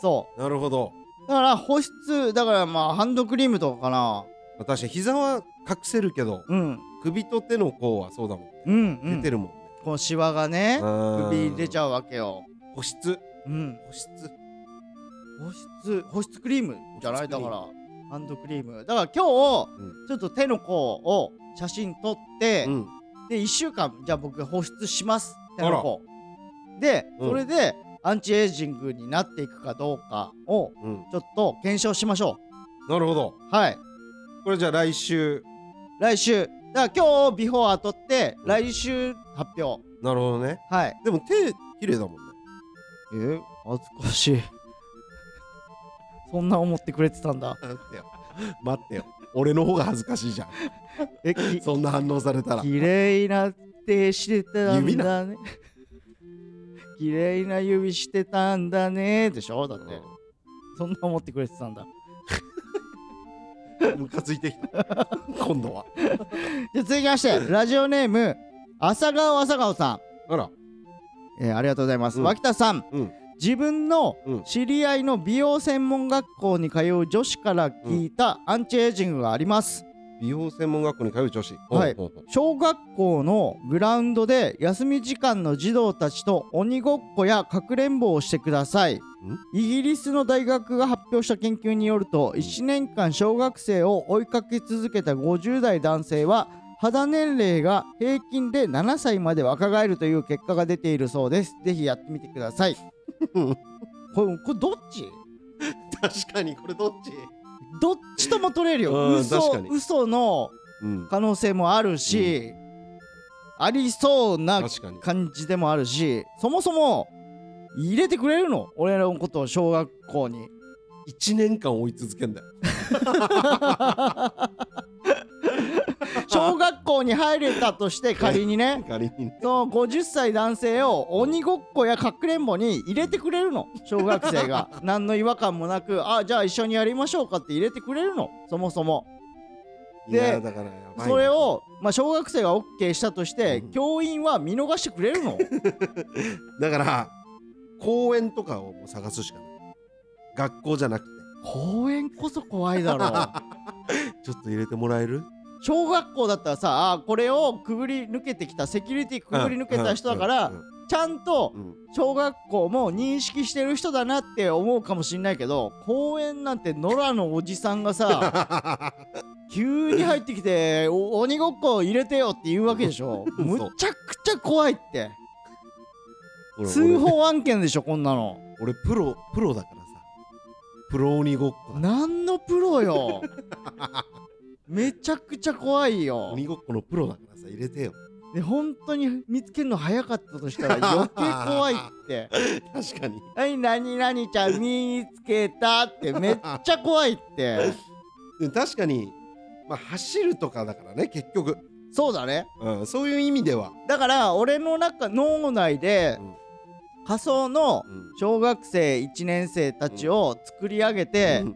そ
なるほど
うだから保湿だからまあハンドクリームとかかな
確かに膝は隠せるけど、
うん
首と手の甲はそうだもん、
うん、うん、
出てるもんね
このシワがね首出ち
う
ゃうわけよ
ん保湿
うん
保湿
保湿保湿クリームじゃな
保
い
湿クリ
だ
ー
か
ム
らハンドクリームだから今日、
うん
ちょっと手の甲を写真撮って、
うん
で1週間じゃあ僕が保湿しますって
あら
のこで、
うん
それでアンチエイジングになっていくかどうかを
うん
ちょっと検証しましょ
なるほど
うはい
これじゃあ来週
来週だから今日ビフォーア撮って来週発表
なるほどね
はい
でも手綺麗だもんね
え恥ずかしい そんな思ってくれてたんだ
待ってよ待ってよ俺の方が恥ずかしいじゃん
えき
そんな反応されたら
綺麗な手してたん
指
だね綺麗な指してたんだねでしょだって、そんな思ってくれてたんだ
ムカついてきた今度は
じゃあ続きましてラジオネーム朝顔朝顔さ
あら
ん、えーありがとうございます、
うん
脇田さん、
うん
自分の
うん
知り合いの美容専門学校に通う女子から聞いたアンチエイジングがあります、
美容専門学校に通う女子
はい
ほうほうほう
小学校のグラウンドで休み時間の児童たちと鬼ごっこやかくれんぼをしてくださいイギリスの大学が発表した研究によると1年間小学生を追いかけ続けた50代男性は肌年齢が平均で7歳まで若返るという結果が出ているそうですぜひやってみてく ださいこれこれどっち
確かにこれどっち
どっちとも取れる
う
よ
ん確
嘘
かに
嘘の
うん
可能性もあるし、ありそうな
確かに
感じでもあるしそもそも入れてくれるの俺らのことを小学 校に
1年間追い続けんだよ
小学校に入れたとして仮に ね
仮にね
その50歳男性を鬼ごっこやかくれんぼに入れてくれるの小学 生が何の違和感もなくあじゃあ一緒にやりましょうかって入れてくれるのそもそも
いやだからやばいな
それを、まあ、小学生が OK したとして、
うん
教員は見逃してくれる の
だから公園とかをもう探すしかない学校じゃなくて
公園こそ怖いだろう
ちょっと入れてもらえる
小学校だったらさあーこれをくぐり抜けてきたセキュリティくぐり抜けた人だから、
うん
ちゃんと
うんうん
小学校も認識してる人だなって思うかもしんないけど公園なんて野良のおじさんがさ 急に入ってきてお鬼ごっこ入れてよって言うわけでしょ
そう
むちゃくちゃ怖いって
俺
通報案件でしょこんなの
俺俺プロプロだからさプロ鬼ごっこだ
何のプ ロよめちゃくちゃ怖いよ
鬼ごっこのプロだからさ入れてよ
で本当に見つけるの早かったとしたら 余計怖いって
確かに
「はい何々ちゃん見つけた」ってめっちゃ怖いって
でも確かにまあ走るとかだからね結局、
そうだね
うん、そういう意味では、
だから俺の中脳内で
うん
仮想の
うん
小学生1年生たちを作り上げて、
うん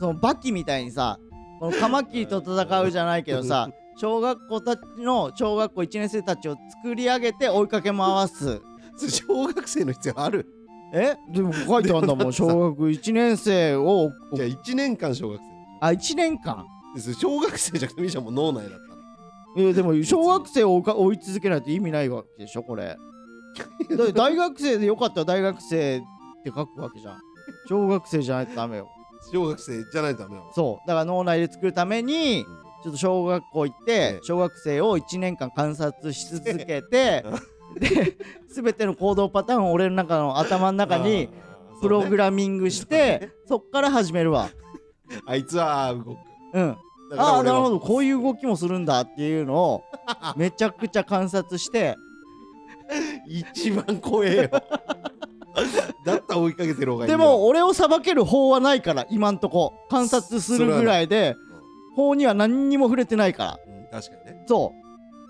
そのバキみたいにさこのカマキリと戦うじゃないけどさ小学校たちの小学校1年生たちを作り上げて追いかけ回す。
それ小学生の必要ある
え でも書いてあんだ
で
も
も
ん
さ
小学1年生を
じゃあ1年間小学
あ1年間
生それ小学生じゃなくてみーちゃんもう脳内だったの
いやでも小学生を追いか追い続けないと意味ないわけでしょこれだって大学生でよかったら大学生って書くわけじゃん小学生じゃないとダメよ
小学生じゃないとダメなの
そうだから脳内で作るためにちょっと小学校行っ
え
て
え
小学生を1年間観察し続け てで全ての行動パターンを俺の中の頭の中にプログ
ラ
ラミングしてそっから始めるわ
ムあいつは動く
うん
だから
ああー
俺
な
は
るほどこういう動きもするんだっていう のをめちゃくちゃ観察して
一番怖 えよだったら追いかけてる方がいい
で
よ
も俺を裁ける法はないから今んとこ観察するぐらいで法には何にも触れてないから
うん確かにね
そ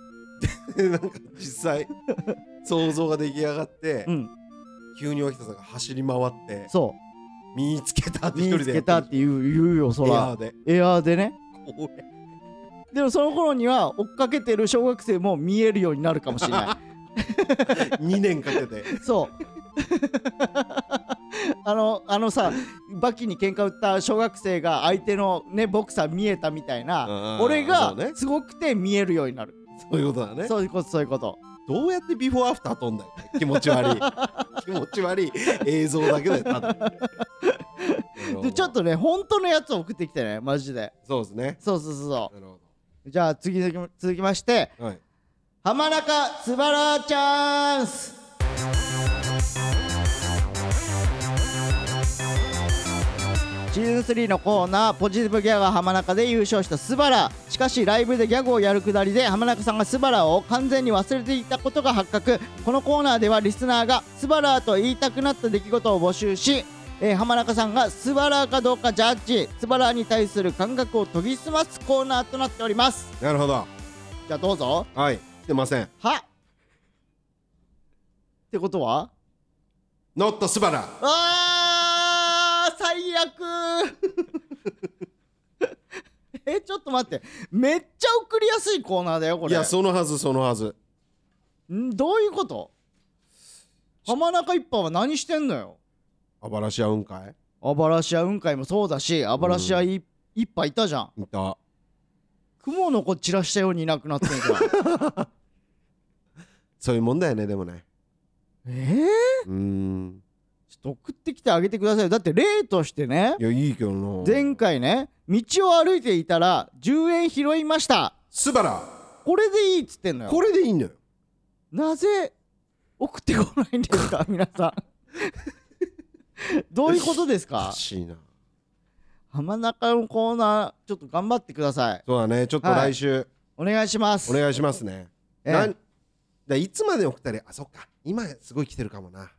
なんか実際想像が出来上がって、
ううん
急に脇田さんが走り回って
そ
見つけたっ
う
て一
見
人
つ
で
けたって言う言うよそ
エア
ら
ーで
エアーでね
怖え
でもその頃には追っかけてる小学生も見えるようになるかもしれない
2年かけて
そうあのあのさバキに喧嘩売った小学生が相手のねボクサー見えたみたい
あ
な
ー
俺
そ
が
うね
すごくて見えるようになる
そういうことだね
そういうことそういうこと
どうやってビフォーアフター飛んだよ気持ち 悪い気持ち悪い映像だけでただ
でちょっとね本当のやつを送ってきてねマジで
そうですね
そうそうそうそ
なるほ
うじゃあ次続き続きまして
どはい
浜中すばらチャンスシーズン3のコーナーポジティブギャガー浜中で優勝したスバラしかしライブでギャグをやるくだりで浜中さんがスバラを完全に忘れていたことが発覚このコーナーではリスナーがスバラと言いたくなった出来事を募集し、えー浜中さんがスバラかどうかジャッジスバラに対する感覚を研ぎ澄ますコーナーとなっております
なるほど
じゃあどうぞ
はい来てません
はってことは
ノットスバラ
あー最悪 えちょっと待ってめっちゃ送りやすいコーナーだよこ
い
れ
やそのはずそのはず
んどういうこと浜中一派は何してんのよ
あばらし合うんか
アバラシア雲海もそうだしアバラシアい一派いたじゃん
いいた
雲の子散らしたようにいなくなってんじゃん
そういうもんだよねでもね
えー、
うーん
ちょっと送ってきてあげてくださいよだって例としてね
いやいいけどな
前回ね道を歩いていたら10円拾いました
スバラ
これでいいっつってんのよ
これでいいのよ
なぜ送ってこないんです か皆さんどういうことです
おか
か
しいな
浜中のコーナーちょっと頑張ってください
そうだねちょっと
はい
来週、
お願いします
お願いしますね、
ええ
なんだいつまで送ったりあそっか今すごい来てるかもな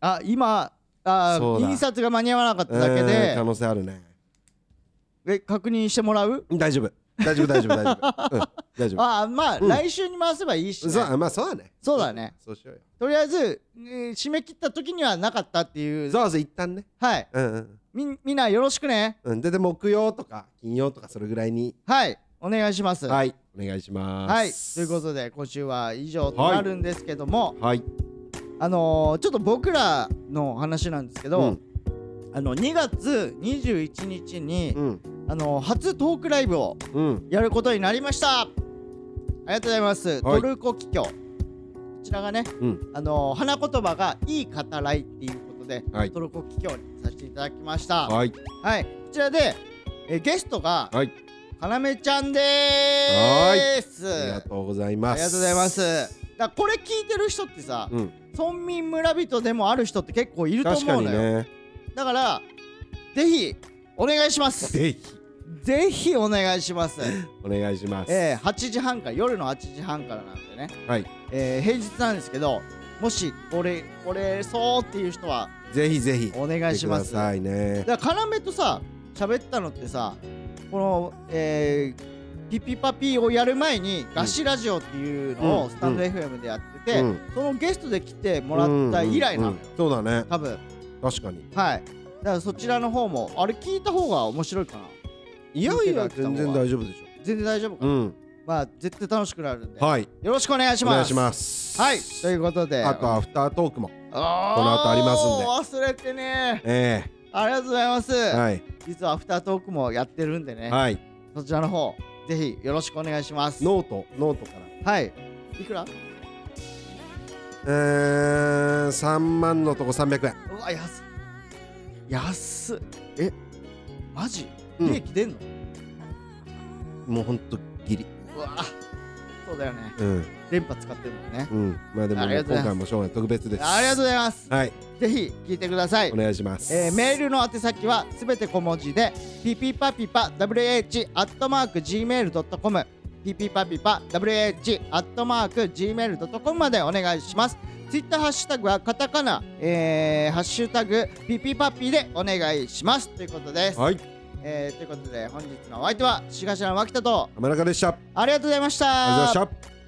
あ今あ
そうだ
印刷が間に合わなかっただけ
うん可
で
能性あるね
え確認してもらう
大丈夫大丈夫大丈夫大丈 夫、うん、大丈夫
あまあ、
うん
来週に回せばいいしね、
そうまあそうだね
そうだね
そうしようよ
とりあえず、えー締め切った時にはなかったっていう
そうそう一旦ね
はい
うんうん
みみんなよろしくね
うんでで木曜とか金曜とかそれぐらいに
はいお願いしますい、
はいお願いします
はい、ということで今週は以上となるんですけども、
はい
あのー、ちょっと僕らの話なんですけど、
うん
あの2月21日に、
うん
あのー初トークライブを
うん
やることになりましたありがとうございます、
はい
トルコ企業こちらがね、
うん
あのー花言葉が「いい語らい」っていうことで、
はい
トルコ企業にさせていただきましたは
はい
い、こちらでえーゲストが、
はい
かなめちゃんでーす
ありがとうございます
ありがとうございますだからこれ聞いてる人ってさ、
うん
村民村人でもある人って結構いると
確か
思う
に
のよ、
ね
だからぜひお願いします
ぜひ
ぜひお願いします、
お願いします
えー、8時半から夜の8時半からなんでね、
はい
えー、平日なんですけどもしこれこれそうっていう人は
ぜひぜひ
お願いします
来てくださいね
だから要とさ喋ったのってさこの、えー、ピピパピをやる前に「ガシラジオ」っていうの
う
を
ん
スタンド FM でやってて、
うん
そのゲストで来てもらった以来なの
うん
よ
うんうんそうだね
多分
確かに
はいだからそちらの方もあれ聞いた方が面白いかない
やいや
見ていただけた
全
方が
然大丈夫でし
全然大丈夫か
ょ
な、
うん
まあ絶対楽しくなるんで、
はい
よろしくお願いし
お
ます
願いします
はいということで
あとアフタートークも
この
この後あります
んで忘れてね
え
ありがとうございます、
えはい
実はアフタートークもやってるんでね、
はい
そちらの方ぜひよろしくお願いします
ノートノートから
はいいくら
えー、3万のとこ300円
うわ安い安っえマジ
うん
利益出んの、
もうほんとギリ
うわそうだよね
うん
電波使ってるもんね
うんまあでも
あり
ね
がとうござ
今
い
回も
ます
しょうがない特別です
ありがとうございます
はい
ぜひ聞いてください
お願いします
えーメールの宛先はすべて小文字でピピパピパ WH アットマーク Gmail.com ピピパピパ WH アットマーク Gmail.com までお願いしますツイッターハッシュタグはカタカナ、えーハッシュタグピピパピでお願いしますということです、
はい
えーということで本日のお相手はしがしらの脇田と
浜中でしたあり
ありがとうございました
がとうございました